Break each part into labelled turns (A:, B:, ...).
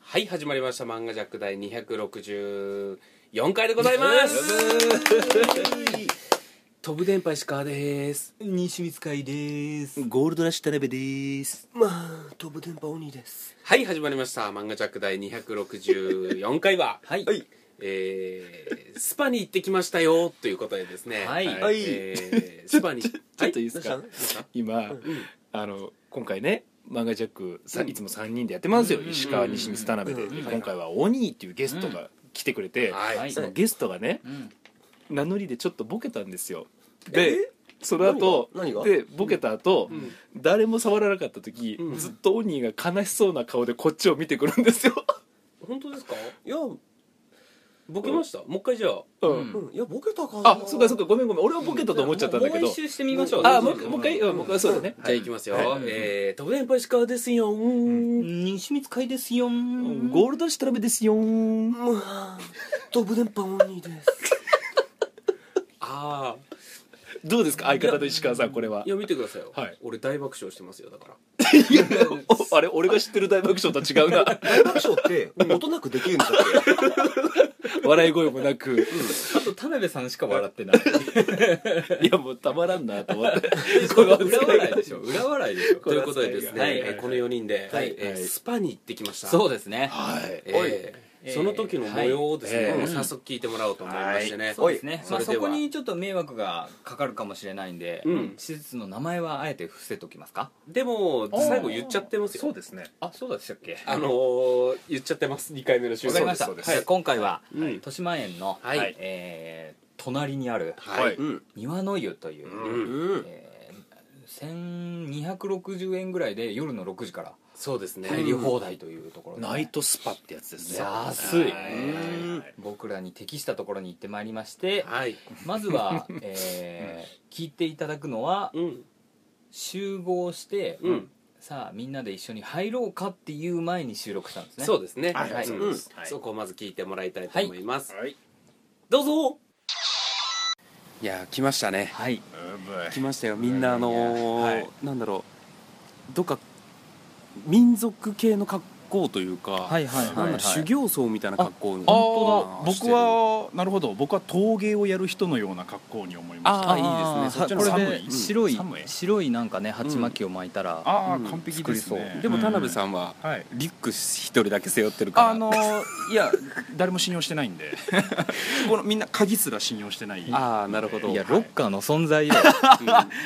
A: はい始まりました「漫画ジャック」第264回でございます飛ぶ電波石川です
B: 西光海です
C: ゴールドラッシュ田辺です
B: まあ飛ぶ電波鬼です
A: はい始まりました「漫画ジャック」第264回は
C: はい
B: はい
A: えースパに行ってきましたよということでですね
C: はい
B: はい
A: えースパに
C: ちょっといいですか
B: どう
C: 今、あの今回ね漫画ジャックさ、いつも3人でやってますよ、石川西光田辺で、
B: うん
C: 今回は「オニー」っていうゲストが来てくれて、
A: はい、
D: はい
C: そのゲストがね
D: うん
C: 名乗りでちょっとボケたんですよでその後
B: 何が何が
C: でボケた後、
A: うん
C: 誰も触らなかった時、
A: うん
C: ずっとオニーが悲しそうな顔でこっちを見てくるんですよ、
A: 本当ですか
B: いや、う
A: ボケました、もう一回じゃあ
C: うん
D: うん
B: ん、いやボケたかな
C: あそっかそっかごめんごめん俺はボケたと思っちゃったんだけ
A: もう
C: ど
A: 一周してみましょう
C: あもう
A: じ
C: もう一回うんもう一回そうだね、
A: ゃあいきますよ、
C: は
A: えー、飛ぶ電波石川ですよ
D: 西光海ですよん
C: ゴールド下ラメですよー
B: まあ飛ぶ電波鬼です
A: ああ
C: どうですか相方の石川さんこれ はい
A: や見てくださいよ、
C: はい
A: 俺大爆笑してますよだから
C: いやおあれ俺が知ってる大爆笑とは違うな
B: 大爆笑って音なくできるんだっ て
C: 笑い声もなく
D: あと田辺さんしか笑ってない
C: いやもうたまらんなと思って
D: これは裏笑いでしょ裏笑いでしょ
A: ということでですね、
D: はい
A: えーこの4人で、
D: はい
A: えー
C: はい
A: スパに行ってきました
D: そう
A: う、
D: ですね
C: はい
A: えー
D: えー
A: その時の模様をですね、
C: はい
A: もう早速聞いてもらおうと思いましてね、
B: はい
D: そうですね
A: そ
D: まあ
A: れで
D: そ
A: は
D: こにちょっと迷惑がかかるかもしれないんで
A: うん
D: 施設の名前はあえて伏せときますか
A: でも最後言っちゃってますよ
C: そうですね
D: あそうでしたっけ
A: あのー、言っちゃってます2回目の収
D: わかりました
C: そうです
D: はい
C: そうです
D: 今回は
A: うんはい
D: 豊島園の
A: はい
D: えー隣にある
C: はい
A: うん
D: 庭の湯という
A: うん
B: うん
D: えー1260円ぐらいで夜の6時から
A: そうですね
D: 入り放題というところで
C: ナイトスパってやつですね
D: 安い
C: は
B: うん
D: 僕らに適したところに行ってまいりまして
A: はい、
D: まずは、えー聞いていただくのは
A: うん
D: 集合して、
A: うん
D: さあみんなで一緒に入ろうかっていう前に収録したんですね
A: そうですね
C: はい
D: はい
A: うん
B: そうです
C: はい
A: そこをまず聞いてもらいたいと思います、
C: はい
A: どうぞいやー来ましたね
D: はい
A: 来ましたよみんなあのー
D: はい
A: なんだろうどっか民族系の格好というか、
D: はいはいはい
A: なんだろう
D: はい
A: 修行僧みたいな格好
E: あ
A: 本
E: あ
A: 当だ
E: 僕はなるほど僕は陶芸をやる人のような格好に思いまし
A: あ
E: た
A: あいいですねそっちの方
E: こ
A: が寒
E: れで
A: い、
D: で白い
E: 寒い
D: 白いなんかね鉢巻きを巻いたら、
E: ああ
A: うん
E: 完璧です
D: 作り
E: ね
A: でも田辺
E: ん、
A: さんは
E: はい
A: リュック一人だけ背負ってるから
E: あのーいや誰も信用してないん でこのみんな鍵すら信用してない
A: あーなるほど
D: いや
E: はい
D: ロッカーの存在よ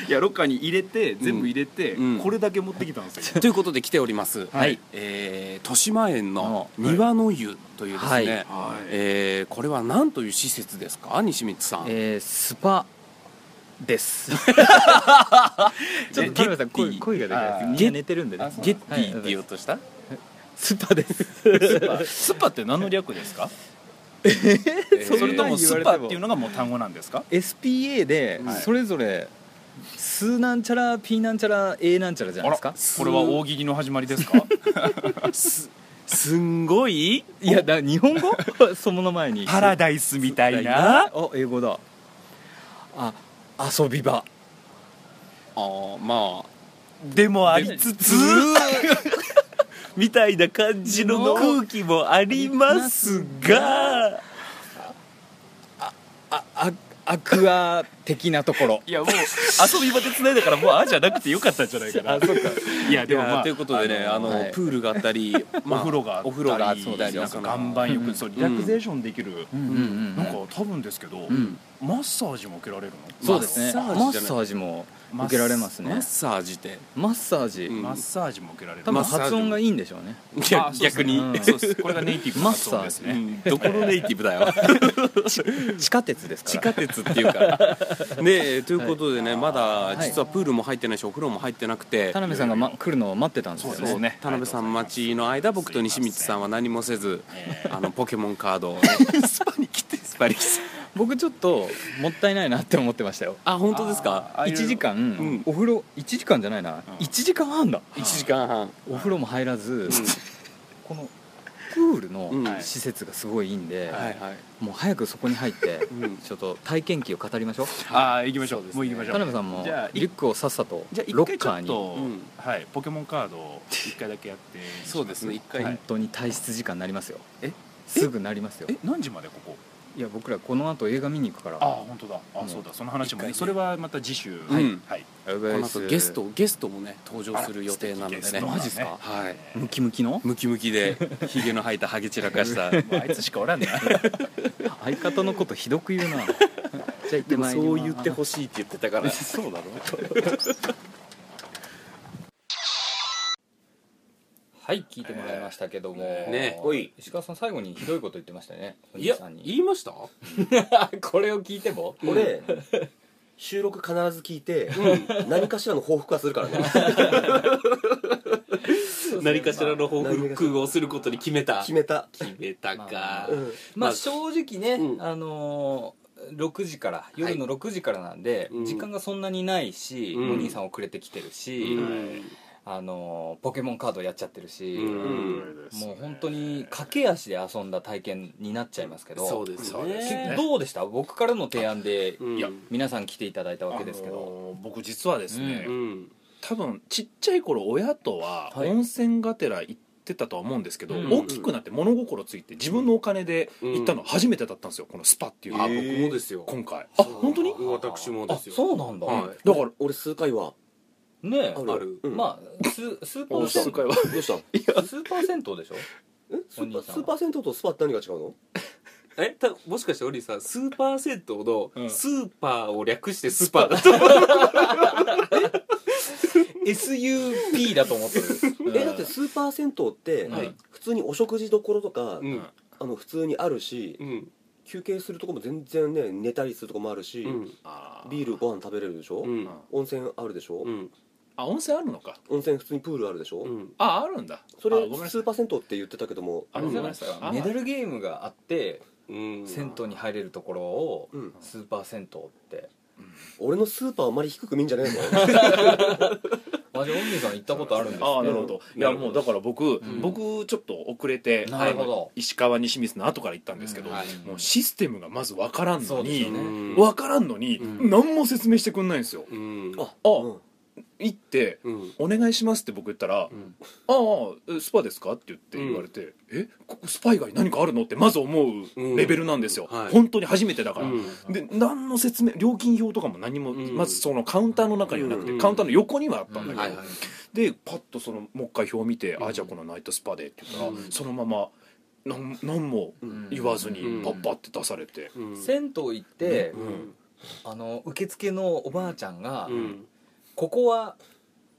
E: いやロッカーに入れて全部入れて、
A: うんうん
E: これだけ持ってきたん ですよ
A: ということで来ております、
D: はい
A: えー豊島園の
E: はい
A: 庭の湯というですね、
D: はい
E: はい
A: えーこれは何という施設ですか西光さん、
D: えースパですちょっと田辺さん声声が出ないです
E: あー
D: みんな寝てるんでね
E: あそう
A: ゲッティって言おうとした、
D: スパです
E: スパって何の略ですか
A: えー
E: それともスパっていうのがもう単語なんですか
D: SPA で
E: はい
D: それぞれ数なんちゃら P なんちゃら A なんちゃらじゃないですか
E: これは大喜利の始まりです か
A: すすんごい
D: いやだ日本語 その前に
E: パラダイスみたいな
D: あ英語だあ遊び場
A: あーまあ
E: でもありつつ みたいな感じの空気もありますが
D: ああアクア的なところ
E: いやもう遊び場でつないだからもう「あ」じゃなくてよかったんじゃないかないやでも
A: いや
E: まあ
A: ということでねあの、
D: はい
A: プールがあったり、
E: お風呂があったり
A: お風呂があったり
E: そうですねなん
A: そ
E: か
A: の
E: 岩盤浴そうリラクゼーションできる、
D: うんうんうん
E: なんか多分ですけど、
D: ん
E: マッサージも受けられるの
D: そうですね
A: マ
D: マ
A: ッサージじゃない
D: ッサージも受けられます
A: マッ
D: ね
A: サージって
D: マッサージ
A: うん
E: マッサージも受けられる
D: 多分発音がいいんでしょうね
A: 逆
E: あそうです
A: 逆
E: ね
A: に、
D: うん
E: そうですこれがネイティブの発音です
A: う
E: ね
A: んどこのネイティブだ よ
D: 地下鉄です
A: 地
D: から
A: 下鉄っていうかねえということでね、まだ実はプールも入ってないしお風呂も入ってなくて、
D: 田辺さんが、ま、来るのを待ってたんですよ
E: そうです
D: ね
E: ね
A: 田辺さん待ちの間僕と西光さんは何もせずあのポケモンカー ドをね、スパに来てスパに来て
D: 僕ちょっともったいないなって思ってましたよ
A: あ本当ですか
E: ああいう
D: 1時間、
A: ん
D: お風呂1時間じゃない
E: う
D: な、
E: ん
D: 1時間半だ
A: 1時間半
D: お風呂も入らず、このプールの
A: うん
D: 施設がすごいいいんで、
A: はいはい
D: もう早くそこに入って
A: うん
D: ちょっと体験記を語りましょう
E: ああ行きましょうもう行きましょ
D: 田辺
E: う
D: さんも
E: じゃあい
D: リュックをさっさと
E: じゃあ一
D: ロ
E: 回
D: ッ
E: ちょ
D: カー
E: っ
D: に
E: と、
A: うん
E: はい、ポケモンカードを一回だけやって
A: そうですね一回、
E: はい
D: 本当に退出時間になりますよ
E: え
D: すぐなりますよ
E: え何時までここ
D: いや僕らこの後映画見に行くから
E: ああ本当だあ、
D: うん
E: そうだその話も、
A: 一回
E: ね、
A: ね
E: それはまた次週
A: は
E: はいい、
D: やば
A: こ
D: いっ
A: の
D: す
A: 後ゲストゲストもね登場する予定なので
E: 素
A: ね
E: 敵ゲストがね
D: マジっすか
A: はい
D: ムキムキの
A: ムキムキ でひげの生えたハゲ散らかした
E: もうあいつしかおらんね
D: 相方のことひどく言う なじゃあ行って
A: でも
D: まいります
A: そう言ってほしいって言ってたからそうだろ
D: はい聞いてもらいましたけども、
A: ね
B: おい
D: 石川さん最後にひどいこと言ってましたよねお
A: い
D: 兄
A: や
D: さんに
A: 言いました
D: これを聞いても
B: 俺収録必ず聞いて、何かしらの報復はするからね
A: 何かしらの報復をすることに決めた
B: 決めた、
A: 決めたか
B: うん、
D: ま
A: ま
D: あ
A: あ
D: 正直ね、
A: うん
D: あのー6時から夜の6時からなんで、
A: うん
D: 時間がそんなにないし、
A: うん
D: お兄さん遅れてきてる
A: う
D: し、
A: ん
D: あのーポケモンカードやっちゃってるし、
A: うん
D: もう本当に駆け足で遊んだ体験になっちゃいますけど
A: そうです
E: そうです
D: け
A: ね
D: どうでした僕からの提案で、
A: うん
E: いや
D: 皆さん来ていただいたわけですけ
E: あ
D: ど、
E: のー僕実はですね、
A: うん
E: 多分ちっちゃい頃親とは
D: はい
E: 温泉がてら行ってたとは思うんですけど、
D: うん
E: 大きくなって物心ついて自分のお金で行ったのは初めてだったんですよこのスパっていうのは、
A: あ僕もですよ
E: 今回あ本当に
A: 私も
D: あ
A: ですよ
D: そうなんだ、
A: は
E: だから
B: 俺数回は
D: ねえ
B: あ
A: あ
B: る
A: る
B: うん
D: まあ数数パ
E: お
D: ーセ
E: 数
D: ン
E: 回
D: ト
E: は
B: どうしたん
D: 数パーセントでしょ
B: えス
D: お兄
B: ーパー
D: さんは
B: スーパー銭湯とスパって何が違うの
A: えたもしかしてオリさんスーパー銭湯
E: うん
A: のスーパーを略してスパだと
D: SUP だと思ってる
B: えだってスーパー銭湯って、
D: はい
B: 普通にお食事処とか、
A: うん
B: あの普通にあるし、
A: うん
B: 休憩するとこも全然ね寝たりするとこもあるし、
A: うん
B: ビールご飯食べれるでしょ、
A: うん
B: 温泉あるでしょ、
A: うん
E: あ温泉あるのか
B: 温泉普通にプールあるでしょ、
A: うん
E: ああるんだ
B: それ
E: あごめんな
B: ス
E: さい
B: ーパー銭湯って言ってたけども
E: あ
D: あ
E: ご
D: れ
E: め
D: じ
E: ん
D: ゃない
E: な
D: です
E: さい
D: かメダルゲームがあって
A: うん
D: 銭湯に入れるところを
B: うん
D: スーパー銭湯って
B: 俺のスーパーあんまり低く見んじゃねえぞ
D: あじゃあンさん行ったことあるんです
E: ああな
D: ね
E: るほどいやもうだから僕、
D: ん
E: 僕ちょっと遅れて
D: なるほど
E: 石川西光の後から行ったんですけど、
D: うん
A: はい
E: もうシステムがまず分からん
D: そ
E: の
D: うです
E: に、
D: よ
A: う
D: ね
A: ん
E: 分からんのに、
A: うん
E: 何も説明してくんないんですよ
A: うん
B: あ
E: あ
B: うん
E: 行って
A: うん
E: 「お願いします」って僕言ったら「
A: ん
E: ああえスパですか?」って言って言われて「えここスパ以外何かあるの?」ってまず思うレベルなんですよ、
A: うんはい
E: 本当に初めてだから、
A: う
E: で何の説明料金表とかも何も、
A: うん
E: まずそのカウンターの中にはなくて、
A: うん
E: カウンターの横にはあったんだけど、
A: はいはい
E: でパッとそのもう一回表見て「あじゃあこのナイトスパで」って言ったら、
A: うん
E: そのまま何何も
D: うん
E: 言わずに
A: うん
E: パッパって出されて、
A: うん
D: 銭湯行って
A: うん
D: あの受付のおばあちゃんが
A: うん
D: 「ここは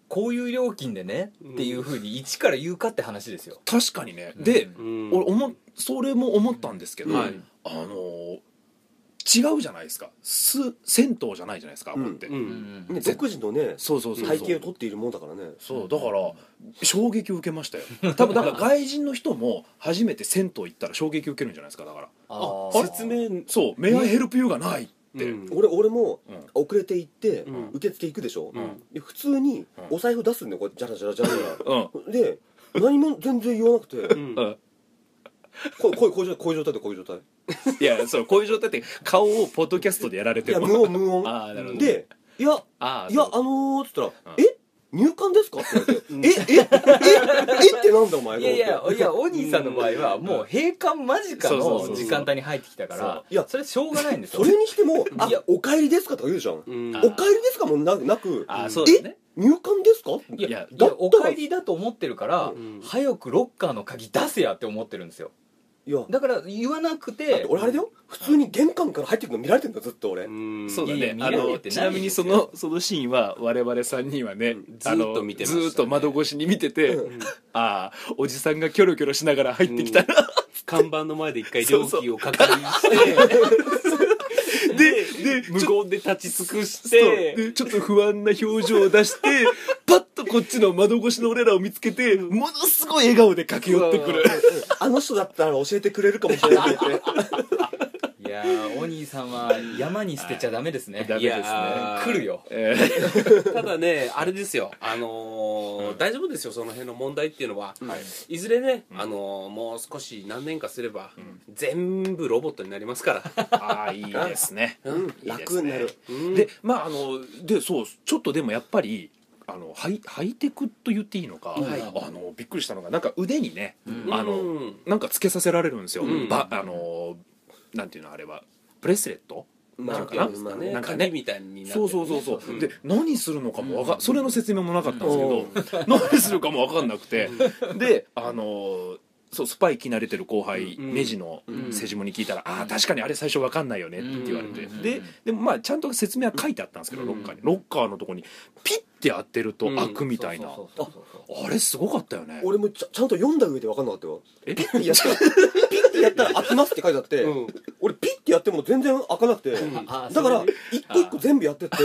D: こういう料金でね」っていうふうに一から言うかって話ですよ
E: 確かにね、で
D: うん
A: うん
E: 俺思っそれも思ったんですけど、
A: はい
E: あのー違うじゃないですかす銭湯じゃないじゃないですか、
B: うん
E: ここって、
A: う
D: うんん
B: ね独自のね
E: そうそうそう
B: 体
E: そ
B: 型を
E: う
B: 取っているもんだからね
E: そうだから衝撃を受けましたよ多分だから外人の人も初めて銭湯行ったら衝撃を受けるんじゃないですかだから
D: あ
E: あ
D: ー
E: れ
A: 説明
E: そう「メアヘルプユーがない」って、
A: うん
B: 俺俺も
E: うん
B: 遅れて行って、
A: うん
B: 受付行くでしょ、
A: うん
B: で普通に
E: うん
B: お財布出すんだよこうジャラジャラジャラジャ
E: う
B: ラ
E: ん
B: で何も全然言わなくて
A: うん
E: うん
B: ここうこういう状こういう状態でこういう状態
E: いやそうこういう状態って顔をポッドキャストでやられ
B: い
E: て
B: や
E: も
B: 無音無音
E: ああなるほど
B: で「いや
E: ああ
B: いや
E: そう
B: あのー」っつったら
E: う
B: 「
E: ん
B: え入管ですか?」って言われて「えええええってなんだお前」
D: いやいや
B: と思って
D: いやお兄さんの場合はもう閉館間近
E: そうそうそ
D: の
E: うそう
D: 時間帯に入ってきたから
B: いや
D: それしょうがないんですよ
B: それにしても「あ
D: いや
B: お帰りですか?」とか言うじゃん「
A: うん
B: お帰りですか?」もななく「
E: あそうですね
B: え入管ですか?」
D: いや
E: いや
D: い
B: だったら
D: やお帰りだと思ってるから、
A: うん
D: 早くロッカーの鍵出せやって思ってるんですよ
B: いや
D: だから言わなく
B: だってて俺あれだよ普通に玄関から入ってくの見られてんだよずっと俺
A: うん
E: そうだ
D: い
E: ね
D: やいや
E: あ
D: 見られ
E: の
D: て
E: ち
D: ない
E: なみにそのそのシーンは我々3人はね
A: ずーっと見てましたね
E: あのずーっと窓越しに見てて、
B: うん
E: ああおじさんがキョロキョロしながら入ってきたら、
A: 看板の前で一回
E: そう
A: 料
E: そう
A: 金を確認してでで無言で立ち尽くし
E: そう
A: て
E: でちょっと不安な表情を出してパッとこっちの窓越しの俺らを見つけてものすごい笑顔で駆け寄ってくる
B: あの人だったら教えてくれるかもしれないって
D: いやーお兄
F: 杉さんは山に捨てちゃダメですね
E: ダメ
A: い
E: ですね
A: やー
F: 来るよ
E: え
A: ただねあれですよあのー大丈夫ですよその辺の問題っていうのは、い、ずれね、あのーもう少し何年かすれば、全部ロボットになりますから
E: ーああいいですね
A: うん
B: 楽になる
A: うん
E: でまああのでそうちょっとでもやっぱりあのハイハイテクと言っていいのか、
F: はい
E: あのびっくりしたのがなんか腕にね、
F: うん
E: あ
A: う
E: の
A: ん
E: なんかつけさせられるんですよ、
A: うん
E: ばあのなんていうのあれはプレスレット
B: まあ
A: なんていうんですかね
E: なんかね
A: 鍵みたいになってる
E: そうそうそうそう、
A: ん
E: で何するのかもわかんそれの説明もなかったんですけど、 何するかも分かんなくて、であのそうスパイ着慣れてる後輩、
A: うん
E: ネジの
A: うん
E: セジモに聞いたら「ああ確かにあれ最初分かんないよね」って言われて、
F: うん
E: ででもまあちゃんと説明は書いてあったんですけど、ロッカーにロッカーのとこにピッて当てると
A: うん
E: 開くみたいな、
F: そうそうそうそう
E: あれすごかったよね
B: 俺もちゃちゃんと読んだ上で分かんなかったよ
E: え
B: ピッてやったらピッてやったら開きますって書いてあって、
A: うん
B: 俺ピッてやっても全然開かなくて、
F: あ
B: だから
F: それ
B: 一個一個全部やってって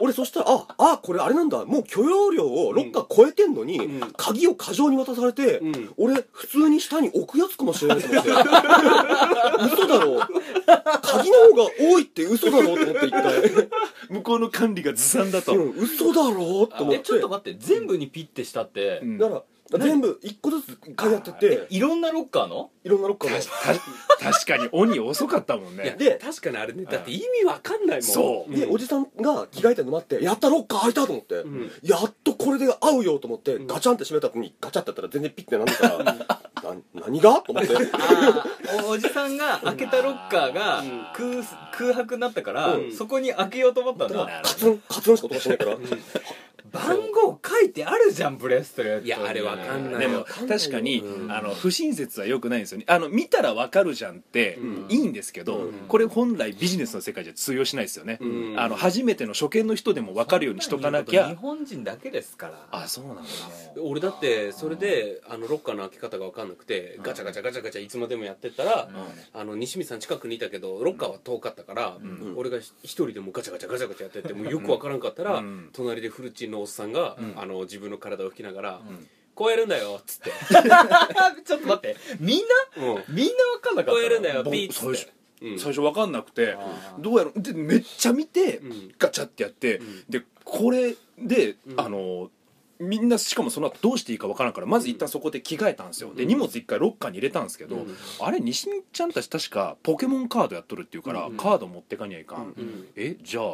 B: 俺そしたらああこれあれなんだもう許容量をロッカー超えてんのに、
A: うん
B: 鍵を過剰に渡されて、
A: うん
B: 俺普通に下に置くやつかもしれないと思って 嘘だろ鍵の方が多いって嘘だろと思って一回、
E: 向こうの管理がずさんだと、
B: うん、嘘だろと思っ
F: え
B: て
F: ちょっと待って全部にピッてしたって、
E: うん
B: だから全部一個ずつ鍵やってって
F: いろんなロッカーの
B: いろんなロッカーの
E: た確かに鬼遅かったもん
A: いや
E: ね
A: で確かにあれねだって意味わかんないもん
E: そう
B: で、おじさんが着替えてるの待って、やったロッカー開いたと思って、
A: ん
B: やっとこれで合うよと思って、
A: ん
B: ガチャンって閉めたのに、ガチャってやったら全然ピッてなんだから、な何がと思って、
F: あーおおじさんが開けたロッカーが空す空白になったから、
A: うん
F: そこに開けようと思ったんだ
B: カツン、カツンしか音がしないから、
F: 番号書いてあるじゃんブレストや
A: いやあれわかんない
E: でも確かに、あの不親切はよくないんですよねあの見たらわかるじゃんっていいんですけど、これ本来ビジネスの世界じゃ通用しないですよね、
A: うん
E: あの初めての初見の人でもわかるようにしとかなき
F: 日
E: ゃ
F: 本人だけですから
E: あそうなんだ
A: 俺だってそれであのロッカーの開け方が分かんなくてガチャガチャガチャガチャいつまでもやってったらあの西見さん近くにいたけどロッカーは遠かったから
B: ん
A: 俺が一人でもうガチャガチャガチャガチャやっててもうよく分からんかったら
E: うん
A: 隣でフルチンのおっさんが
E: ん
A: あの自分の体を拭きながら
E: ん
A: 「超えるんだよ」っつって
F: ちょっと待ってみんな
A: 「うん
F: みんな分かんなかった
A: 超えるんだよ
E: 僕
A: ピー」っつってうん
E: 最初わかんなくてどうやろうでめっちゃ見て、
A: うん
E: ガチャってやって、
A: ん
E: でこれで、
A: うん
E: あのみんなしかもその後どうしていいかわからんからまず一旦そこで着替えたんですよ、で荷物一回ロッカーに入れたんですけど、
A: うん
E: あれ西見ちゃんたち確かポケモンカードやっとるっていうから、
A: うん
E: カード持ってかにゃいかん、
A: うん
E: えじゃあ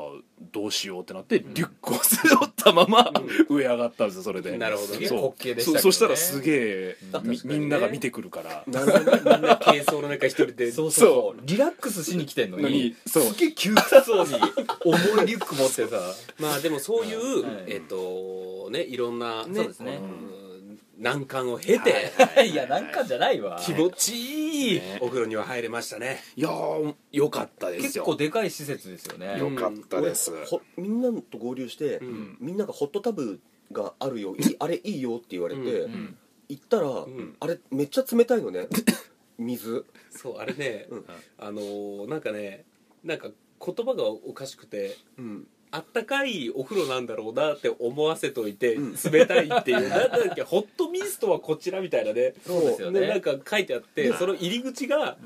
E: どうしようってなってリュックを背負ったまま、上上がったんですよそれで
A: なるほどね
E: そう
F: 滑稽でしたけど
E: そ
F: ね
E: そしたらすげえ、
A: うん
E: み
A: 確かにね
E: みんなが見てくるから
A: なるほどねみんな軽装の中一人で
F: そうそうそうリラックスしに来てんの
E: の
F: に
E: にそう
F: すげえ窮屈そうに重いリュック持ってさ
A: まあでもそういう、
F: はい
A: えっ、とねいろんな、ね
F: そうですね
A: うん難関を経て、
F: いやなんかじゃないわ
A: 気持ちいい、
E: ね
A: お風呂には入れましたね
E: いやーよかったです
F: 結
E: よ
F: 構でかい施設ですよね
A: よかった
E: です
B: 俺ほみんなと合流して、
A: ん
B: みんながホットタブがあるよ、いいあれいいよって言われて、行ったら、
A: ん
B: あれめっちゃ冷たいのね、水。
A: そうあれね、
B: うん
A: あのーなんかねなんか言葉がおかしくて
B: うん
A: あったかいお風呂なんだろうなって思わせといて、冷たいっていうなんだっけホットミストはこちらみたいなね
F: そうですよね
A: ねなんか書いてあってその入り口が、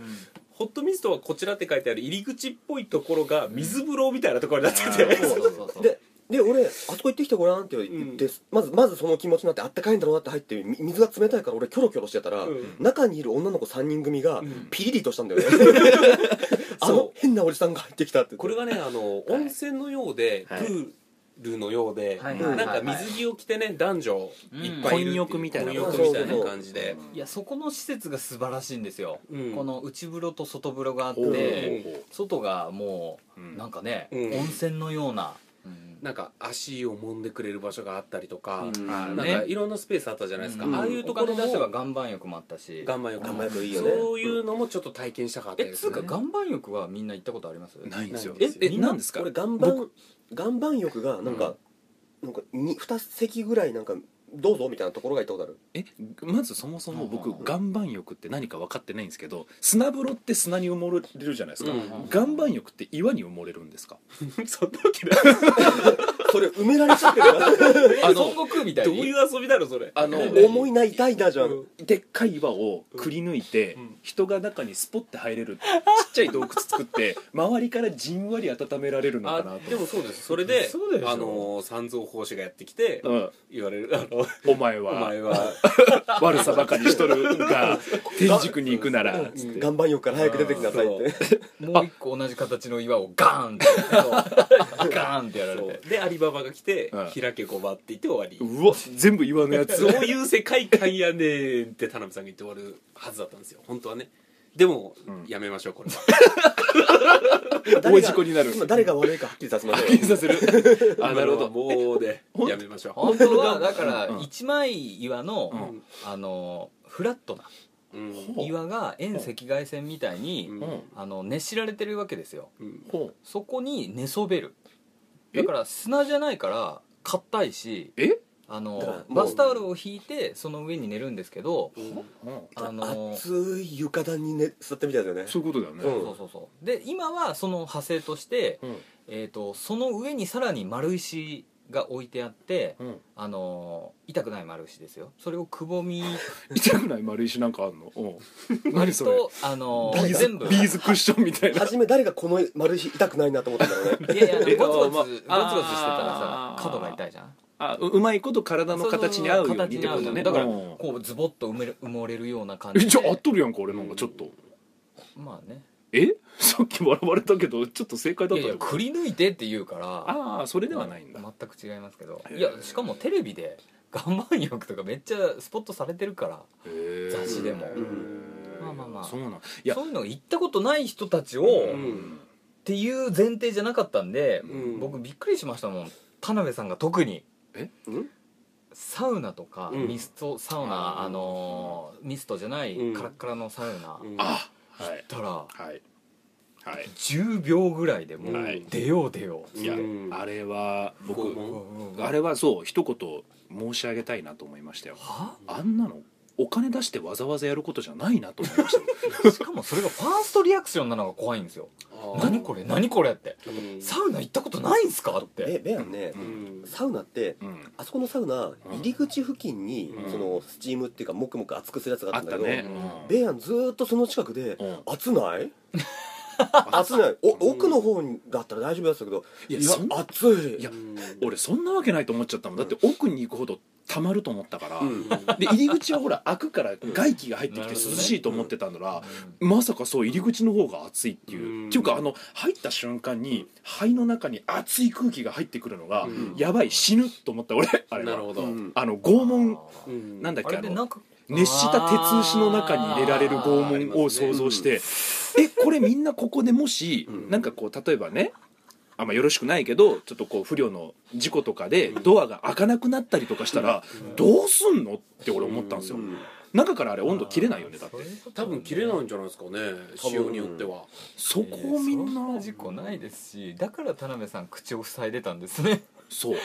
A: ホットミストはこちらって書いてある入り口っぽいところが水風呂みたいなところになってて、
F: そうそうそうそう
B: でで俺あそこ行ってきてごらんって言って、まずまずその気持ちになってあったかいんだろうなって入ってみ水が冷たいから俺キョロキョロしてたら、
A: うん
B: 中にいる女の子3人組が
A: ん
B: ピリリとしたん だよね、あの
A: そう
B: 変なおじさんが入ってきたって
A: これがねあの、温泉のようで、
E: は
A: プ
E: い
A: ールのようで、
F: はい
B: はいはい
A: な
F: はい
A: んか水着を着てね男女いっぱいいるっていう
E: 混浴みたいな
A: 混浴みたいな感じで
F: いやそこの施設が素晴らしいんですよ、
A: うん
F: この内風呂と外風呂があっ
E: ほうほう
F: て
E: ほう
F: 外がもう、
E: うん
F: なんかね、
A: うん
F: 温泉のような、
A: なんか足を揉んでくれる場所があったりとか、
B: うん
A: な
F: あー
A: んか
F: ね
A: いろんなスペースあったじゃないですか、
B: うん
A: ああいうところ
F: お金出せば
A: も
F: 岩盤浴もあったし
A: 岩盤浴
B: 岩盤浴いいよね
A: そういうのもちょっと体験したかった
F: え
A: で
F: つ
A: す
F: うか
A: ね
F: 岩盤浴はみんな行ったことあります
E: ないんですよ
A: ないんです
F: よ
E: ええなんですか
B: 俺岩盤岩盤浴がなんか、なんか 2, 席ぐらいなんかどうぞみたいなところが行ったことある
E: えまずそもそも僕岩盤浴って何か分かってないんですけど砂風呂って砂に埋もれるじゃないですか、
A: うん
E: 岩盤浴って岩に埋もれるんですか
A: そんなわけない
B: それ埋められちゃってるな
D: あの孫悟空みたい
A: どうい
D: に
A: う遊びだろそれ
E: あ の
B: 重いな痛いなじゃん
E: でっかい岩をくり抜いて、人が中にスポッて入れるちっちゃい洞窟作って周りからじんわり温められるのかな
A: あで
E: と、
A: もそうですそれで
D: そうでしょ
A: あの三蔵法師がやってきて
E: うん、
A: 言われるあの
E: お前
A: お前
E: は
A: は
E: 悪さばかりしと るが天竺に行くならつって
B: 岩盤浴から早く出てきなさいって
D: もう一個同じ形の岩をガーンって ガーンってやられ
A: そう
D: て
A: でアリババが来て
E: うん
A: 「開けこば」って言って終わり
E: うわ全部岩のやつ
A: どういう世界観やねんって田辺さんが言って終わるはずだったんですよ本当はねでも、
E: ん
A: やめましょうこれは
E: 大事故になる
B: 今誰が悪いかはっきりさせましょう
E: 検 査するあ
A: あな
E: なる
A: る
E: ほ
A: ほど
E: ど
A: もうでやめましょ
D: 本当はだから一枚岩の、
E: ん
D: あのフラットな
A: う、うん
D: 岩が遠赤外線みたいに、
A: うん
D: あの熱しられてるわけですよ
A: うん
E: ほう
D: そこに寝そべるだから砂じゃないから硬いし
E: え
B: だから
D: あの
B: もう
D: バスタオルを引いてその上に寝るんですけど
E: うん
D: あのそう
B: 熱い床暖にね座ってみたいだよね
E: そういうことだよね、
B: うん
D: そうそうで今はその派生として、
E: うん
D: えー、とその上にさらに丸石が置いてあって、
E: うん
D: あの痛くない丸石ですよそれをくぼみ
E: 痛くない丸石なんかあんのうん何それ
D: とあの
E: ビーズ
D: 全部
E: ビーズクッションみたい な
B: 初め誰がこの丸石痛くないなと思ったんだろうね
D: いやいやゴツ
E: え
D: ゴツゴツ
E: まあ
D: ゴツしてたらさ
F: あー
D: 角が痛いじゃん
F: あううまいこと体の形に合うようにっ
D: 形に
F: て
D: 合
F: こ
D: う
F: と
D: よ
F: ね
D: ねだから
E: うん
D: こうズボッと埋める埋もれるような感
E: え
D: じで
E: じゃあ合っとるやんか俺なんかちょっと
D: まあね
E: え さっき笑われたけどちょっと正解だ
D: い
E: っ
D: や
E: た
D: いや
E: よ
D: くり抜いてって言うから
E: ああそれではないんだ
D: まあ全く違いますけど
E: へえ
D: いやしかもテレビで岩盤浴とかめっちゃスポットされてるから雑誌でもまあまあまあ
E: そうなんいや
D: そういうの行ったことない人たちを
A: う
D: っ
A: ん
D: ていう前提じゃなかったんで
A: うん
D: 僕びっくりしましたもん田辺さんが特に
E: え
B: ん
D: サウナとか
A: うん
D: ミストサウ
E: あ
D: ナ
E: ー
D: あのーミストじゃない
A: うん
D: カラッカラのサウナ行
A: うん
E: あはい
D: ったら
E: はいはい
D: 10秒ぐらいでもう
E: はい
D: 出よう出よう
E: いや
A: うん
E: あれは
A: 拷
E: 僕
A: 問
E: あれはそう一言申し上げたいなと思いましたよ
D: は
E: あんなのお金出してわざわざやることじゃないなと思いましたよ
D: しかもそれがファーストリアクションなのが怖いんですよ
A: あー
D: 何これ何これって
A: うん
D: サウナ行ったことないんすかって
B: えベアンね
A: うん
B: サウナって
E: うん
B: あそこのサウナ入り口付近に
E: うん
B: そのスチームっていうかもくもく熱くするやつがあ
E: あ
B: っ
E: ったた
B: んだけ
E: ね
B: ど
E: うん
B: ベアンずーっとその近くで
E: うん
B: 熱 ない熱ないお奥の方だったら大丈夫だったけど
E: いや
B: いや
E: そん
B: 熱い
E: いや
A: うん
E: 俺そんなわけないと思っちゃったもんだって奥に行くほどたまると思ったから、
B: うん
E: で入り口はほら開くから外気が入ってき
D: な
E: て
D: る
E: 涼
D: ほどね
E: しいと思ってたんだら、まさかそう入り口の方が暑いってい
A: う
E: う、
A: ん
E: っていうかあの入った瞬間に肺の中に熱い空気が入ってくるのが、
A: うん
E: やばい死ぬと思った俺あれは
A: なるほど
B: うん
E: あの拷問
A: うん
E: なんだっ
D: あ
E: けあ
D: れで
E: の
D: なんか
E: 熱した鉄牛の中に入れられる拷問を想像して、えこれみんなここでもし、
B: うん
E: なんかこう例えばねあんまよろしくないけどちょっとこう不慮の事故とかでドアが開かなくなったりとかしたら、どうすんのって俺思ったんですよ、
B: うん
E: 中からあれ温度切れないよねだって
A: 多分切れないんじゃないですかね
B: 多分
A: 仕様によっては
E: そこをみんな、
D: な事故ないですしだから田辺さん口を塞いでたんですね
E: そう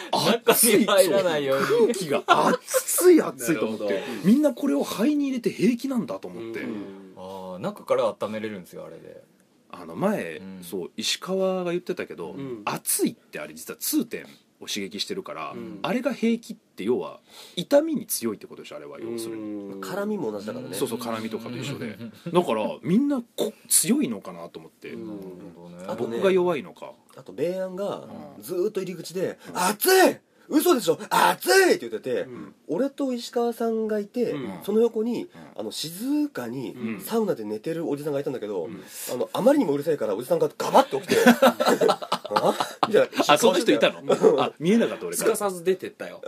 D: 中に入らないように
E: そう空気が熱い熱いと思っ
A: なる
E: て
A: ほ
E: みんなこれを肺に入れて平気なんだと思って、
A: うん
D: ああ中から温めれるんですよあれで
E: あの前、
D: うん
E: そう石川が言ってたけど、
A: うん
E: 熱いってあれ実は痛点を刺激してるから、
A: うん
E: あれが平気って要は痛みに強いってことでしょあれは要するに、
A: うん
B: 絡みも同じだからね
E: そうそう絡みとかと一緒でだからみんなこ強いのかなと思って、
A: うん
B: あとね
E: 僕が弱いのか
B: あと米安が
E: うん
B: ずーっと入り口で「熱い嘘でしょ熱い!」って言ってて、
A: うん
B: 俺と石川さんがいて、
A: うん
B: その横に
E: うん、
B: あの静かに
A: うん
B: サウナで寝てるおじさんがいたんだけど、
A: ん
B: あのあまりにもうるさいからおじさんがガバッと起きて「あみたいな
E: あそんな人いたのあ見えなかった俺
A: す
E: から
A: かさず出てったよ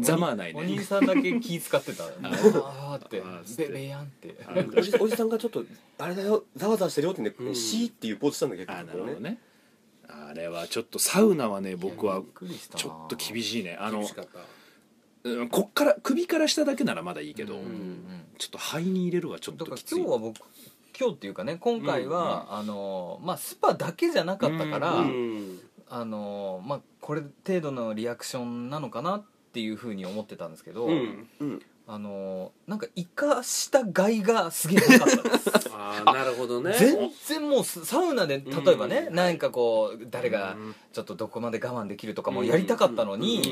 E: ざまあない
D: お
E: ね
D: 兄さんだけ気使っ てたああって
E: あー
D: べべやんって
E: あー
B: おじおじさんがちょっと「あれだよざわざわしてるよ」ってね「
A: うん
B: シー」っていうポーズしたんだけど
E: あなるほどねあれはちょっとサウナはね僕はちょっと厳
D: しい
E: しいねあの
A: 厳しかった
E: うんこっから首から下だけならまだいいけど、
A: う
D: なうんうんん
E: ちょっと肺に入れるはちょっ
D: だ
E: と
D: から
E: きつい
D: 今日は僕今日っていうかね今回は、あのまあスパだけじゃなかったから、
A: うん
D: あのまあこれ程度のリアクションなのかなっていうふうに思ってたんですけど、
A: うん
B: うん
D: あのーなんか生かしたがいがすげえなかったです
A: ああなるほどね
D: 全然もうすサウナで例えばね、
A: うん
D: なんかこう誰がちょっとどこまで我慢できるとかもやりたかったのに、田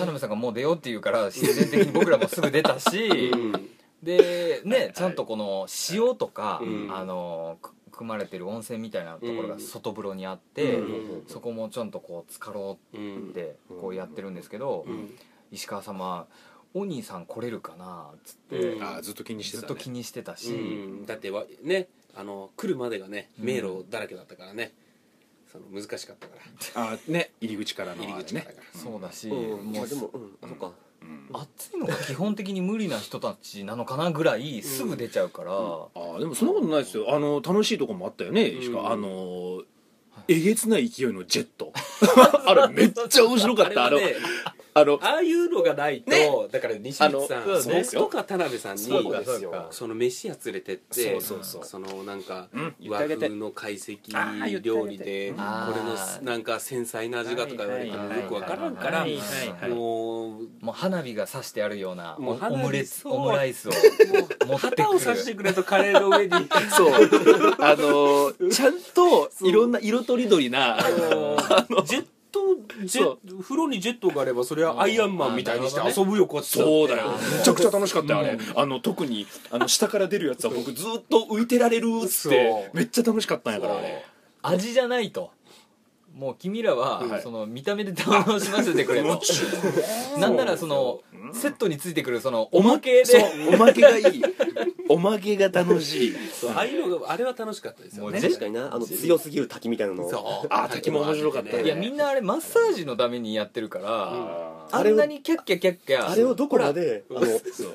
D: 辺さんがもう出ようって言うから必然的に僕らもすぐ出たし
A: うん
D: でねちゃんとこの塩とか、
A: うん
D: あのく組まれてる温泉みたいなところが外風呂にあって、
A: うん
D: そこもちゃんとこう浸かろ
A: う
D: うっ
A: ん
D: てこうやってるんですけど、
A: うん
D: 石川様「お兄さん来れるかな」っつって
A: うん
E: あーずっと気にして、
D: ずった
E: ね、
D: と気にしてたし、
A: うんだってわねあの来るまでがね
D: うん
A: 迷路だらけだったからねその難しかったから
E: あーね入り口からの
A: 入
E: あ
A: り
E: れ
A: 口から
E: ね
A: だか
D: そうだし、
B: うん
D: も
B: まあ
D: う
B: でもうんあそっか
D: 暑いのが基本的に無理な人たちなのかなぐらいすぐ出ちゃうから、
E: あーでもそんなことないですよあの楽しいとこもあったよね、石川
A: うん
E: あのーえげつない勢いのジェットあれめっちゃ面白かった
A: らあ
E: あ
A: れ
E: の
A: はね
E: あの
A: ああいうのがないとだから西口さ
E: あ
A: ん
E: のそうですよ
A: 僕とか田辺さんに
E: そうですよ
A: その飯屋連れてって
E: そうそうそう
A: そのなんか
E: うん言っ
A: 和
E: てあげて
A: 風の懐石
F: あー言ってあげて
A: 料理でこ
D: あー
A: れのなんか繊細な味がとか言われてもよくわからんか
D: は
A: ら
D: いはい
F: はい
A: もう
D: もう花火が刺してあるような
A: も
D: オ
A: う花火
D: ムレツ
A: そう
D: オムライスを持ってく
A: 旗をさして
D: る
A: くれとカレーの上に
E: そうあのーちゃんといろんな色とりどりな
A: ジェットジェット風呂にジェットがあればそれはアイアンマンみたいにして遊ぶよこっちだって
E: そうだよめちゃくちゃ楽しかったよあれあの特にあの下から出るやつは僕ずっと浮いてられるっつっ
A: そ
E: て
A: う
E: めっちゃ楽しかったんやからあれ
D: 味じゃないともう君らは、
E: はい
D: その見た目で楽しませてくれと なんならそのセットについてくるそのおまけ
E: そうお
D: で
E: まけがいいおまけが楽しい
A: そうああいうのがあれは楽しかったですよ
D: もう
A: ね
D: ジェ
B: 確かになあの強すぎる滝みたいなの
A: そう
E: あ滝も面白かったね
D: いやみんなあれマッサージのためにやってるから、あ
B: あれを
D: んなにキャッキャキャッキャ
B: あれをどこまであの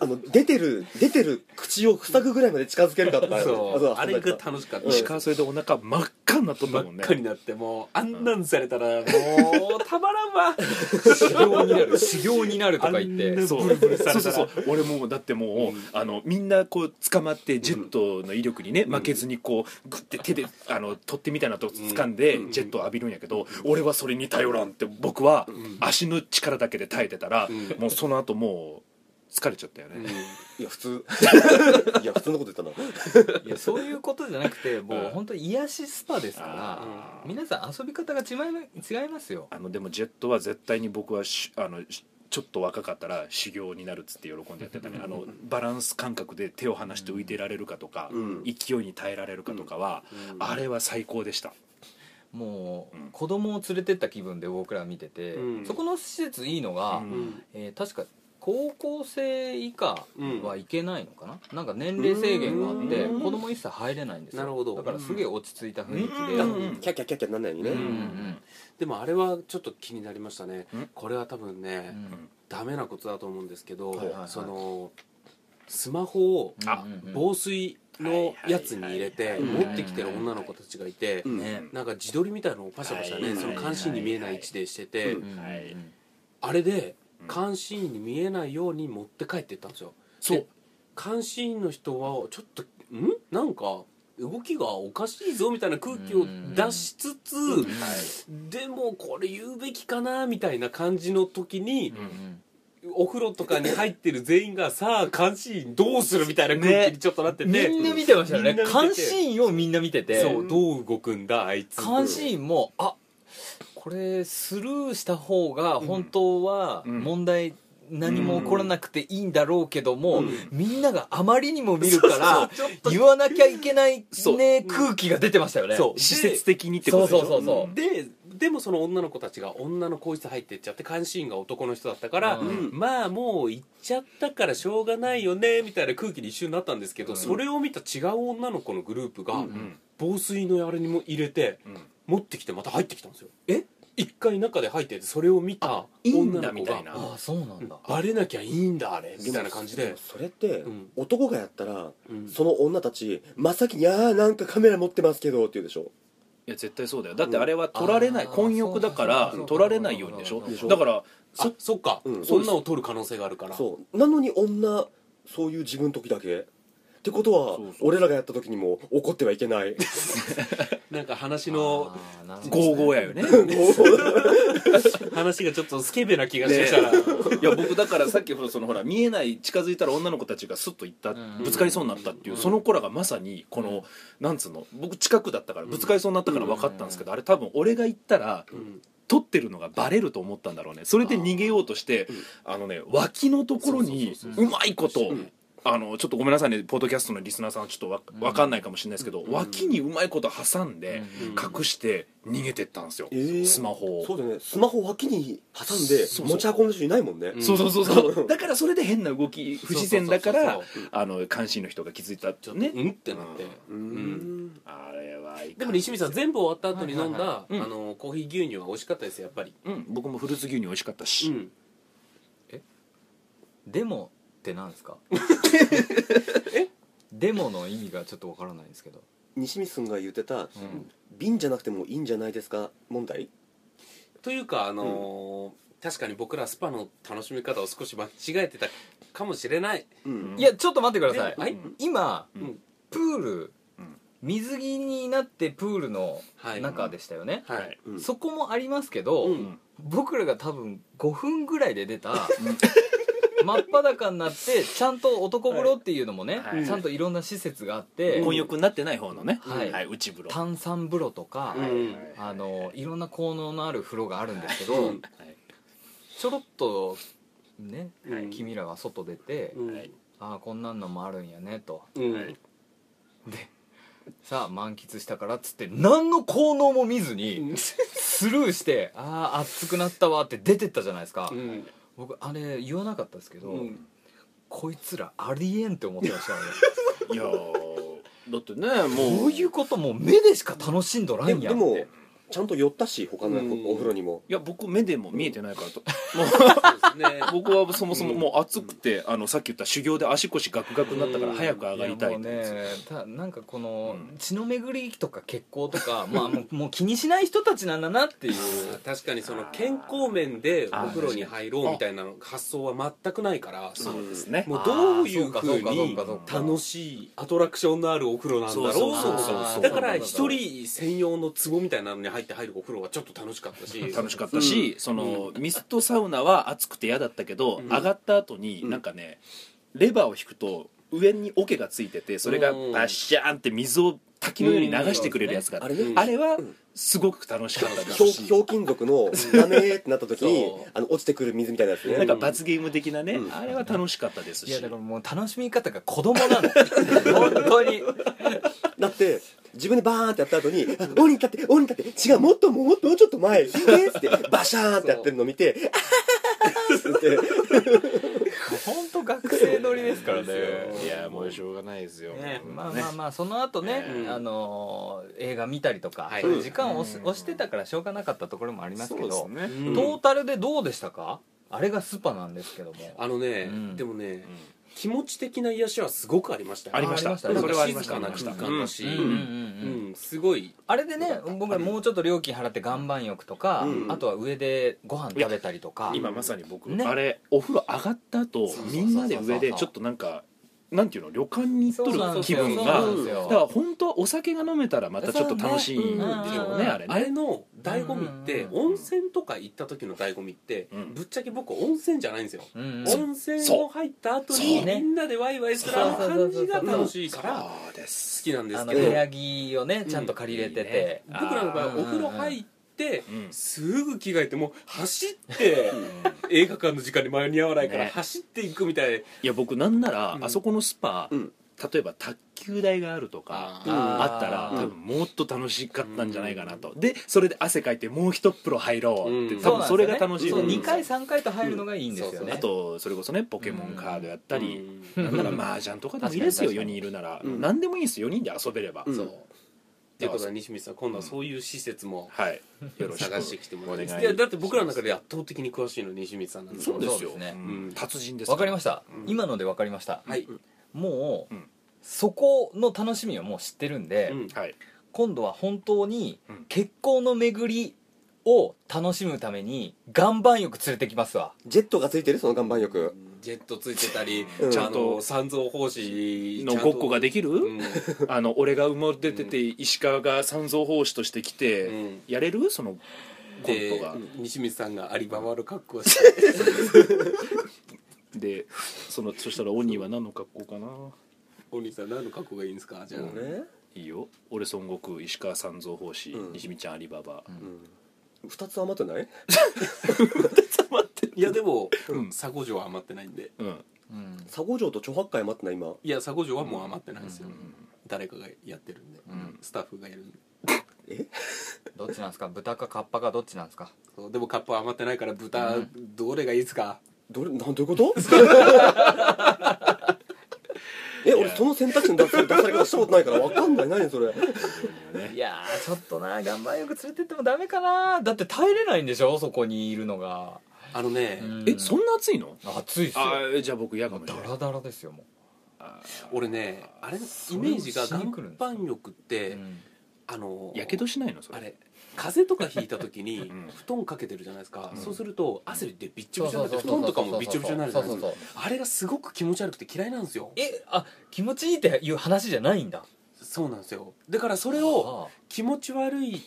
B: あの出てる出てる口を塞ぐぐらいまで近づけるかとか
A: そうあれが
B: が
A: 楽しかった
B: うん
E: 石川それでお腹真っ赤になっとった
A: 真
E: もん
A: っ
E: ね
A: 赤になってもうあんなんされたらもうたまらんわ
D: 修行になる修行になるとか言っ
A: あんな
D: て
E: そう
A: ブルブルされた
E: そう
A: ら
E: そうそう 俺もうだってもう、あのみんなこう捕まってジェットの威力にね、負けずにこうグッて手であの取ってみたいなとこ掴んで、ジェットを浴びるんやけど、俺はそれに頼らんって僕は足の力だけで耐えてたら、
A: ん
E: もうその後もう疲れちゃったよね、
B: いや普通いや普通のこと言ったない
D: やそういうことじゃなくてもう本当に癒しスパですから皆さん遊び方が違い違いますよ
E: あのでもジェットは絶対に僕はしあのしちょっと若かったら修行になるっつって喜んでやってたねあのバランス感覚で手を離して浮いてられるかとか、
B: うん
E: 勢いに耐えられるかとかは、あれは最高でした
D: もう
E: うん
D: 子供を連れてった気分で僕ら見てて、
A: うん
D: そこの施設いいのが、
E: うん
D: えー確か高校生以下はいけないのかな、なんか年齢制限があって
B: うん
D: 子供一切入れないんですよ
A: なるほど
D: だからすげえ落ち着いた雰囲気で、
E: う
D: うんん
B: キャッキャッキャッキャなんないようにね
A: う
D: うんん
A: でもあれはちょっと気になりましたね
E: うん
A: これは多分ね、
D: うん
A: ダメなことだと思うんですけど、
D: はいはいはい
A: そのスマホを
E: あ
D: うんうん
A: 防水のやつに入れて
E: はい
D: はいはい
A: 持ってきてる女の子たちがいて、
B: うん
D: ね
A: なんか自撮りみたいなのをパシャパシャね、
E: はい
A: その監視員に見えない位置でしてて、
B: うん
D: うん
E: はい
A: あれで監視員に見えないように持って帰ってったんですよ
E: そう
A: で監視員の人はちょっとんなんか動きがおかしいぞみたいな空気を出しつつ、でもこれ言うべきかなみたいな感じの時に、お風呂とかに入ってる全員がさあ監視員どうするみたいな空気にちょっとなってて、
D: みんな見てましたよね
A: みんな見
D: 監
A: てて
D: 視員をみんな見てて
A: そうどう動くんだあいつ
D: 監視員もあこれスルーした方が本当は
E: うん
D: 問題何も起こらなくていいんだろうけども、
A: うん
D: みんながあまりにも見るから言わなきゃいけない
E: そう
D: ね空気が出てましたよね
A: そう
E: 施設的にってこと
D: そう
E: でしょ
D: そうそうそう
A: ででもその女の子たちが女の更衣室入ってっちゃって監視員が男の人だったから、
D: うん
A: まあもう行っちゃったからしょうがないよねみたいな空気に一瞬なったんですけど、
D: うん
A: それを見た違う女の子のグループが、
E: ん
A: 防水のあれにも入れて、
E: うん
A: 持ってきてまた入ってきたんですよ
D: え
A: 一回中で入っててそれを見た
E: いいん
A: 女
E: だ
A: の
E: み
A: 子
E: た
A: が
E: いな
D: ああそうなんだ、
A: バレなきゃいいんだあれみたいな感じ
B: で
A: で
B: も、それって
A: うん
B: 男がやったら
A: うん
B: その女たち真っ先に「ああなんかカメラ持ってますけど」って言うでしょ
E: いや絶対そうだよだってあれは取られない
D: あー
E: 混浴だから
D: そうそうそう
E: 取られないようにでしょ
D: で
B: しょ
E: だから
A: あ
E: そ
A: そっか、
B: うん
A: 女を取る可能性があるから
B: そうなのに女そういう自分の時だけてことは
E: そうそう
B: 俺らがやった時にも怒ってはいけない
A: なんか話の
E: ゴーゴーやよね
A: 話がちょっとスケベな気がしてきたら、
E: いや僕だからさっきほらそのほら見えない近づいたら女の子たちがスッと行った
D: うん
E: ぶつかりそうになったっていうその子らがまさにこのなんつうの僕近くだったからぶつかりそうになったから分かったんですけどあれ多分俺が行ったら
A: うん
E: 撮ってるのがバレると思ったんだろうねそれで逃げようとしてあのね脇のところに
A: そうそう
E: うまいことあのちょっとごめんなさいねポッドキャストのリスナーさんはちょっとわ分かんないかもしれないですけど脇にうまいこと挟んで隠して逃げてったんですよ
B: えー
E: スマホを
B: そうだよねスマホ脇に挟んで
E: そうそう
B: 持ち運んでる人いないもんね
A: うん
E: そうそうそうそう だからそれで変な動き不自然だか
A: そ
E: ら
A: うそうそうそう
E: あの監視員の人が気づいた
A: ちょっと
E: ね
A: うんってなって、
B: うーん
E: あれはい
A: でも西見さん全部終わった後に飲んだ、
E: いはい
A: あのコーヒー牛乳は美味しかったですよやっぱり、
E: うん僕もフルーツ牛乳美味しかったし、
A: うん
D: デモってな んですかデモの意味がちょっとわからないんですけど、
B: 西光君が言ってた
D: うん
B: 瓶じゃなくてもいいんじゃないですか問題
A: というかあのー確かに僕らスパの楽しみ方を少し間違えてたかもしれない
B: うん
D: いやちょっと待ってください、
A: ではい
D: 今、
A: ん
D: プール、
E: ん
D: 水着になってプールの
A: はい
D: 中でしたよね、
A: はい、
B: うん
D: そこもありますけど、
A: うん
D: 僕らが多分5分ぐらいで出た真っ裸になってちゃんと男風呂っていうのもね、
E: はい
D: ちゃんといろんな施設があって、
E: 混浴になってない方のね、
D: はい
E: 内風呂
D: 炭酸風呂とか、
A: うん
D: あのいろんな効能のある風呂があるんですけど、
A: うん
D: ちょろっとね、
A: はい
D: 君らが外出て、
A: うん
E: はい
D: ああこんなんのもあるんやねと
A: うん
D: さあ満喫したからっつって何の効能も見ずにスルーして「ああ熱くなったわ」って出てったじゃないですか、
A: うん
D: 僕あれ言わなかったですけど、
A: うん
D: こいつらありえんって思ってましたよ ね
E: いやーだってね
D: こ
E: もう
D: ういうこともう目でしか楽しんどら
B: で
D: んや
B: で
D: ん
B: も
D: って
B: ちゃんと寄ったし他の
A: うん
B: お風呂にも
E: いや僕目でも見えてないから と、
A: そうですね
E: もう僕はそもそももう暑くて、あのさっき言った修行で足腰ガクガクになったから早く上がりたい,、
D: やもうねたなんかこの
E: うん
D: 血の巡りとか血行とか、まあも うもう気にしない人たちなんだなって いう
A: あー確かにその健康面でお風呂に入ろうみたいなの発想は全くないから
E: そうですね
A: もうどういう
D: あー
A: ふう
D: そう
A: に
D: かそうかそうか
A: 楽しいアトラクションのあるお風呂なんだろう
E: そう
D: そうそうそう
A: だから一人専用の壺みたいなのに入って入るお風呂はちょっと楽しかったし
E: 楽しかったし、そのミストサウナは暑くて嫌だったけど、
A: うん
E: 上がった後になんかね、レバーを引くと上に桶がついててそれが
A: うん
E: バッシャーンって水を滝のように流してくれるやつがあ
B: あ
E: って
B: れね
E: あれはすごく楽しかったで
B: ひょう
E: す
B: ひ
E: し
B: ょうきん族のダメーってなった時に
A: そう
B: あの落ちてくる水みたいなやつ
E: なん
B: ね
E: か罰ゲーム的なね、
B: うん
E: あれは楽しかったです
D: い
E: し
D: やだからもう楽しみ方が子供 なの本当に
B: だって自分でバーンってやった後に「あ鬼に立って鬼に立って違うもっともっともうちょっと前えーっつってバシャーンってやってるの見て「あははははって言って
D: 本当学生乗りですからね
F: いやもうしょうがないですよ、
A: ね
D: まあまあまあその後ね、
A: うん
D: あのー映画見たりとか、
A: はい
D: そういう時間を押す押してたからしょうがなかったところもありますけど
F: そうですね
A: うん
D: トータルでどうでしたかあれがスパなんですけども
A: あのね
D: うん
A: でもね気持ち的な癒しはすごくありましたよ
E: ありました
D: ありましたね
A: なん
E: それ
A: か
E: はありま
A: 静
E: した
A: かな時間だし
D: うんうんうんうん
A: うんすごい
D: あれでね僕らもうちょっと料金払って岩盤浴とか、
B: うん
D: あとは上でご飯食べたりとか
E: 今まさに僕、
D: ね
E: あれお風呂上がった後
D: そうそうそうそう
E: みんなで上でちょっとなんかなんていうの旅館に行っと
D: そうなん
E: る
D: です
E: 気
D: よ
E: 分
D: そう
E: が
D: なんですよ
E: だから本当はお酒が飲めたらまたちょっと楽しいんでしょ
D: そううね
E: ねあれ
A: あ
E: ね
A: れの醍醐味って
D: うんうんうん
A: 温泉とか行った時の醍醐味って
E: うん
A: ぶっちゃけ僕温泉じゃないんですよ
D: うんうん
A: 温泉を入った後
E: そ
A: に
D: うね
A: みんなでワイワイするあの感じが楽しいから好
E: うです
A: きなんで
D: あ
A: す
D: の
A: け
D: 部
A: ど
D: 屋着をねちゃんと借りれてて、
A: 僕らの場合はお風呂入って
E: うん
A: すぐ着替えてもう走って映画館の時間に間に合わないから
E: ね
A: 走っていくみたい
E: いや僕なんなら、
A: うん
E: あそこのスパ、
B: うん
E: 例えば卓球台があるとか
A: あー
E: あったら、
D: うん
E: 多分もっと楽しかったんじゃないかなと、でそれで汗かいてもう一風呂入ろうって、
A: うん
E: 多分それが楽しい
D: そうなんですよね
E: うん
D: そう2回3回と入るのがいいんですよね、
A: うん
E: あとそれこそねポケモンカードやった
A: な
E: り、
A: う
E: なんなら麻雀とかでもいいですよ
D: 確
E: 4
D: かに確かに
E: 人いるなら、
B: うん
E: 何でもいいんですよ4人で遊べれば、
B: うん
A: そうということで西光さん今度はそういう施設も
E: はいよろしく
A: 探してきてもらいま
E: お
A: す
E: 願
A: いやだって僕らの中で圧倒的に詳しいの西光さんなんです
E: そうですよ
D: そうですね
E: うん
A: うん
E: 達人です
D: わかりま
E: し
D: した、今のでわかりました、
A: はい
D: もう、
E: うん
D: そこの楽しみをもう知ってるんで、
A: うん
E: はい
D: 今度は本当に
E: うん
D: 結婚の巡りを楽しむために岩盤浴連れてきますわ
B: ジェットがついてるその岩盤浴
A: ジェットついてたり、
B: うん
A: ちゃんと三蔵法師
E: のごっこが
A: で
E: できる、
A: うん
E: あの俺が埋もれてて石川が三蔵法師として来て、
A: うん
E: やれるそのコン
A: で
E: トが
A: 西光さんがありままる格好をして
E: でそのそしたら鬼は何の格好かな
A: お兄さん何の格好がいいんですかじゃあ、
B: ね
E: いいよ俺孫悟空石川三蔵法師、
B: うん
E: 西見ちゃんアリババ、
B: 二つ余ってない
A: いやでも、
E: うん
A: 佐護城は余ってないんで
E: うん
D: うん
B: 佐護城と諸八海余ってない今
A: いや佐護城はもう余ってないんですよ、
E: ん
A: 誰かがやってるんで、
D: ん
A: スタッフがやるんで
D: どっちなんですか豚かカッパかどっちなんですか
A: そうでもカップは余ってないから豚、どれがいいですか
B: どれなんどういうことえ俺その選択肢の出され出され方したことないから分かんない何それ
D: いやーちょっとな岩盤浴連れてってもダメかなだって耐えれないんでしょそこにいるのが
A: あのね、
D: うん
E: えそんな暑いの
D: 暑いっすよ
E: あーじゃあ僕嫌かもしれ
D: ダ
E: ない
D: ラダラですよも
A: 俺ねあれのイメージが
D: それを
A: 岩
D: しに来るんですか
A: 盤浴っ
D: う、
A: て、
D: うん
A: あの
E: やけどしないのそれ
A: あれ風邪とかひいた時 に
E: うん
A: 布団かけてるじゃないですか、
E: うん
A: そうすると汗でびっちょ
D: そ
A: び
D: う
A: ちょになっ
D: そうそう
A: て布団とかもびっちょびちょになるじゃない
D: そ
A: です
D: うそ
A: か
D: うそう
A: あれがすごく気持ち悪くて嫌いなんですよ
D: えあ気持ちいいっていう話じゃないんだ
A: そうなんですよだからそれを
D: あ
A: 気持ち悪い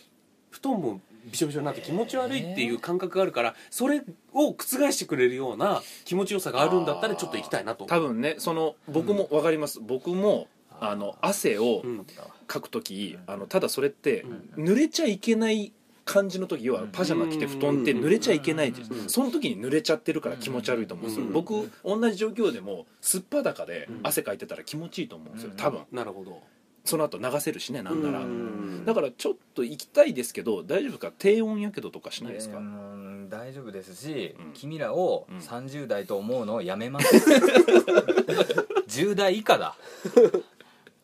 A: 布団もびしょびしょになって気持ち悪いっていう感覚があるからそれを覆してくれるような気持ちよさがあるんだったらちょっと行きたいなと
E: 多分ねその僕も分かります、僕もあの汗を
A: うん
E: かく時、あのただそれって
A: うん
E: 濡れちゃいけない感じの時要は
D: うん
E: パジャマ着て布団って
A: うん
E: 濡れちゃいけないじゃん
A: うん
E: その時に濡れちゃってるから気持ち悪いと思うんですよ、
A: うん
E: 僕同じ状況でもすっぱだかで
A: うん
E: 汗かいてたら気持ちいいと思うんですよ
D: うん
E: 多分
A: なるほど
E: その後流せるしねなんなら
B: うん
E: だからちょっと行きたいですけど大丈夫ですか低温やけどとかしないですか、
D: えーうん大丈夫ですし、
E: うん
D: 君らを
E: うん
D: 30代と思うのをやめます、10代以下だ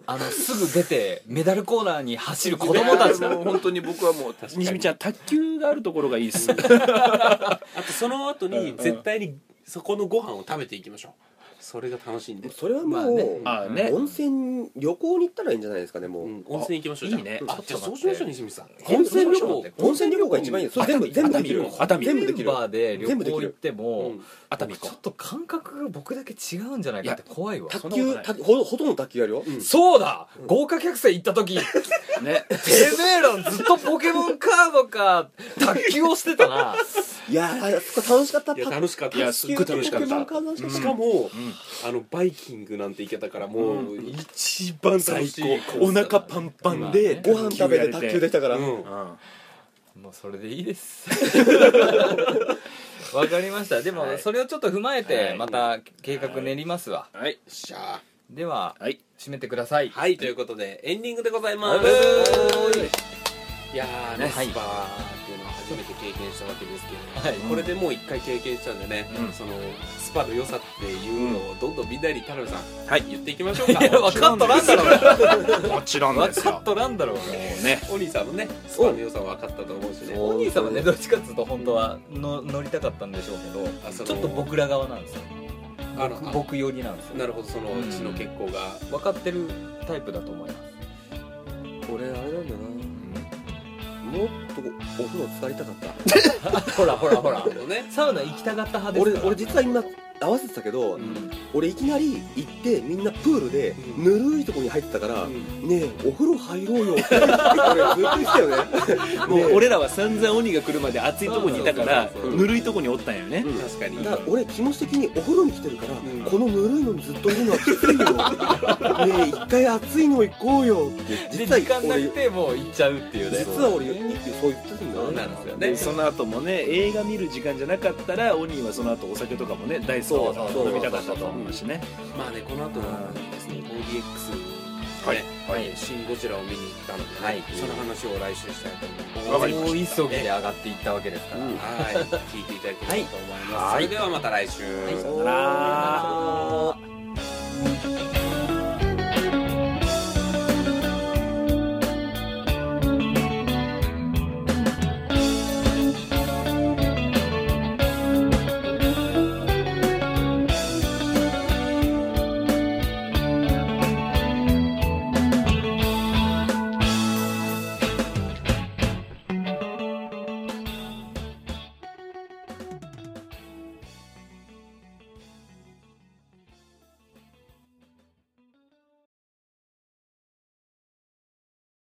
D: あのすぐ出てメダルコーナーに走る子供 たちだ
E: もう本当に僕はもう
A: かに
E: にじみちゃん卓球があるところがいいです
A: あとその後に絶対にそこのご飯を食べていきましょうそれが楽しいんで、
B: それはもう、
D: まあね
E: あね
B: 温泉旅行に行ったらいいんじゃないですかねもう、
A: うん、温泉行きましょうじゃあ
E: いいね
A: あじゃあそうしましょう西水さん
B: 温泉旅行
D: え
B: 温泉旅行が一番いいよそれ全部全部できる
E: 熱海
B: 全部
D: メ
B: で
D: ン
B: きる
D: バーで旅
B: 全部で
D: 行
B: き
D: 行っ
B: る
D: ても、
E: 熱海
D: ち
E: か
D: ょっと感覚が僕だけ違うんじゃないかって怖いわ
B: 卓
E: そんなこと
B: 球
E: ない
B: 卓ほほとんど卓球やるよ、
D: そうだ、豪華客船行った時て
E: ね
D: めえらずっとポケモンカードか卓球をしてたない
B: やーあそこ楽しかった
A: いや楽しかった
E: いやすっごい楽しかった
B: ポケモンカード楽しかった
A: しかも、あのバイキングなんて行けたからもう一番楽
E: 最
A: しい
E: 高お腹パンパンで
B: ご飯食べて卓球できたから、
A: うん
E: うん
D: もうそれでいいですわかりましたでも
E: はい
D: それをちょっと踏まえ
E: は
D: て
E: い
D: また計画練りますわ
E: はい
A: しゃあ
D: では
E: はい
D: 締めてください
A: はいということでエンディングでございますいやーね、
D: はい
A: スパーっていうのを初めて経験したわけですけれども、
D: はい
A: これでもう一回経験したんでね、
E: うん
A: そのスパの良さっていうのをどんどんみんなに田辺さん、
E: はい
A: 言っていきましょ うか
D: いや分かっとらんだろうが
E: もちろんで
D: 分
E: す
D: か
E: よ
D: っとらんだろうが
E: ね
A: お兄さんもねスパの良さは分かったと思うしね
D: お兄さんはねどっちかっていうと本当はの乗りたかったんでしょうけ
A: あそ
D: ど
A: の
D: ちょっと僕ら側なんですよ
A: あの
D: 僕
A: あ
D: 僕寄りなんですよ
A: なるほどそのうちの結構が、
D: 分かってるタイプだと思います
B: 俺あれなんだよなもっとお風呂使いたかった
D: ほらほらほら
A: なるほどね
D: サウナ行きたかった派ですか
B: 俺
D: ら
B: 俺実は今合わせてたけど、
A: うん
B: 俺いきなり行ってみんなプールで
A: うん
B: ぬるいとこに入ってたから、
A: うん
B: ねえお風呂入ろうよって俺ずっと言ってたよね
E: もう俺らは散々鬼が来るまで暑いとこにいたから
A: そうそうそうそう
E: ぬるいとこにおったんよね
B: うん
A: 確かに
B: だから俺気持ち的にお風呂に来てるから、
A: ん
B: このぬるいのにずっといるのはきつい よねえ一回暑いの行こうよって
D: で
B: 実
D: 時
B: は
D: 間な
B: 俺
D: くてもう行っちゃうっていうね
B: 実は俺言ってそう言ってたんだ
A: そ
B: よ
A: う
B: ね
A: なんですよ
E: で
A: ね
E: その後もね映画見る時間じゃなかったら鬼はその後お酒とかもね大好きだか
B: そ
E: ら
B: うそうそう
E: 飲みたかったと思うしね
A: まあねこの後はですね ODX のね、
D: はい
A: シン・ゴジラを見に行ったので、ね
D: はい
A: その話を来週したいと思います
E: わかりま
D: 大
A: した
D: 急ぎで上がっていったわけですから、
A: はい聞いていただければと思います、
D: はい
A: それではまた来週、
D: はい
E: さよなら